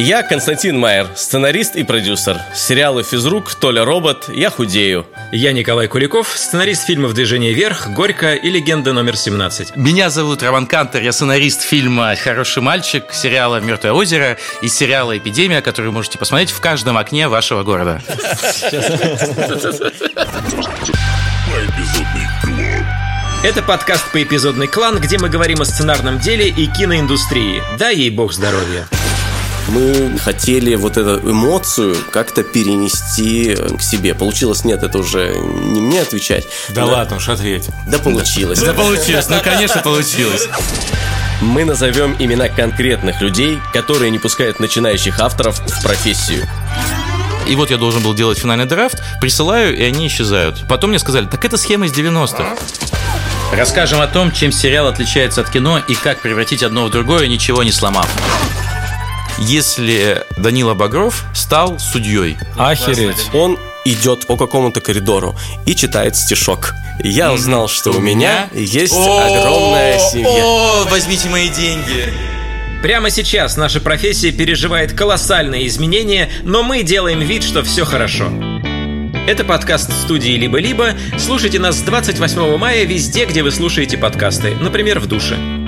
Я Константин Майер, сценарист и продюсер. Сериалы «Физрук», «Толя робот», «Я худею». Я Николай Куликов, сценарист фильмов «Движение вверх», «Горько» и «Легенда номер 17». Меня зовут Роман Кантер, я сценарист фильма «Хороший мальчик», сериала «Мертвое озеро» и сериала «Эпидемия», который можете посмотреть в каждом окне вашего города. Это подкаст по эпизодный клан, где мы говорим о сценарном деле и киноиндустрии. Да ей бог здоровья. Мы хотели вот эту эмоцию как-то перенести э, к себе. Получилось нет, это уже не мне отвечать. Да, ладно уж, ответь. Да получилось. Да получилось, ну конечно получилось. Мы назовем имена конкретных людей, которые не пускают начинающих авторов в профессию. И вот я должен был делать финальный драфт, присылаю, и они исчезают. Потом мне сказали, так это схема из 90-х. Расскажем о том, чем сериал отличается от кино и как превратить одно в другое, ничего не сломав. Если Данила Багров стал судьей. Охереть. Он идет по какому-то коридору и читает стишок. Я узнал, что у меня есть огромная семья. О, возьмите мои деньги. Прямо сейчас наша профессия переживает колоссальные изменения, но мы делаем вид, что все хорошо. Это подкаст студии «Либо-либо». Слушайте нас с 28 мая везде, где вы слушаете подкасты, например, в душе.